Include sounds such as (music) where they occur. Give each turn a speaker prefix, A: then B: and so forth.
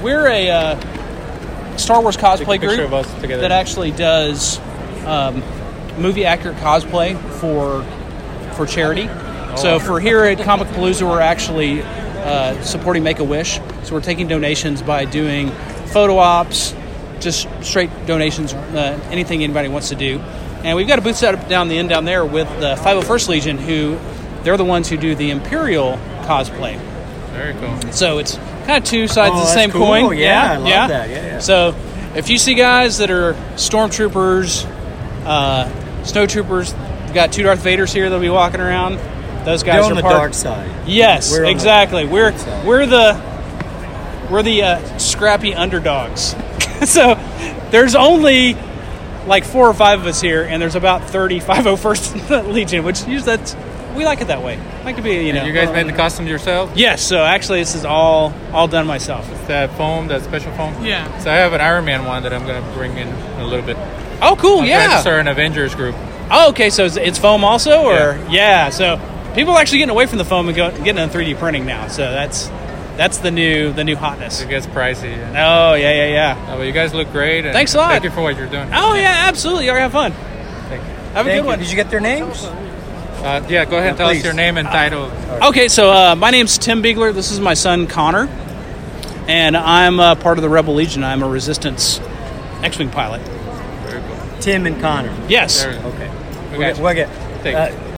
A: We're a uh, Star Wars cosplay
B: picture
A: group
B: of us together.
A: that actually does um, movie accurate cosplay for for charity.
B: Oh,
A: So for here at Comic Palooza, we're actually uh, supporting Make a Wish. So we're taking donations by doing photo ops, just straight donations, uh, anything anybody wants to do. And we've got a booth set up down the end down there with the 501st Legion, who they're the ones who do the Imperial cosplay.
B: Very cool.
A: So it's kind of two sides
C: Oh,
A: of the
C: that's
A: same
C: cool.
A: coin.
C: Yeah, I love that. Yeah, yeah.
A: So if you see guys that are stormtroopers, uh, snowtroopers, we've got two Darth Vaders here that'll be walking around. Those guys
C: They're on
A: are
C: the
A: part-
C: dark side.
A: Yes,
C: We're on the
A: exactly.
C: dark
A: we're
C: side.
A: we're the we're the uh, scrappy underdogs. (laughs) so there's only like four or five of us here, and there's about 30 501st (laughs) Legion, which usually that's we like it that way. Like to be, you know.
B: You guys made the costume yourself?
A: Yes, so actually this is all all done myself.
B: That foam, that special foam?
D: Yeah.
B: So I have an Iron Man one that I'm going to bring in in a little bit.
A: Oh, cool!
B: I'm trying to
A: yeah.
B: start an Avengers group.
A: Oh, okay. So it's, it's foam also, or yeah. So people are actually getting away from the foam and go, getting on 3D printing now. So that's that's the new the new hotness.
B: It gets pricey. and-
A: Oh yeah yeah yeah.
B: Uh, but you guys look great. And
A: Thanks a lot.
B: Thank you for what you're doing.
A: Oh yeah, absolutely. Y'all have fun.
B: Thank you.
A: Have a
C: Thank
A: good
C: you.
A: one.
C: Did you get their names?
B: Uh, yeah, go ahead and
C: Yeah,
B: tell
C: please. Uh,
B: us your name and title.
A: Okay, so uh, my name's Tim Biegler. This is my son Connor, and I'm uh, part of the Rebel Legion. I'm a Resistance X-wing pilot.
B: Very cool.
C: Tim and Connor.
A: Yes.
B: There we go.
C: Okay.
B: We
C: We'll
B: got
C: get,
B: you.
C: we'll get
B: Thank
C: uh,
B: you.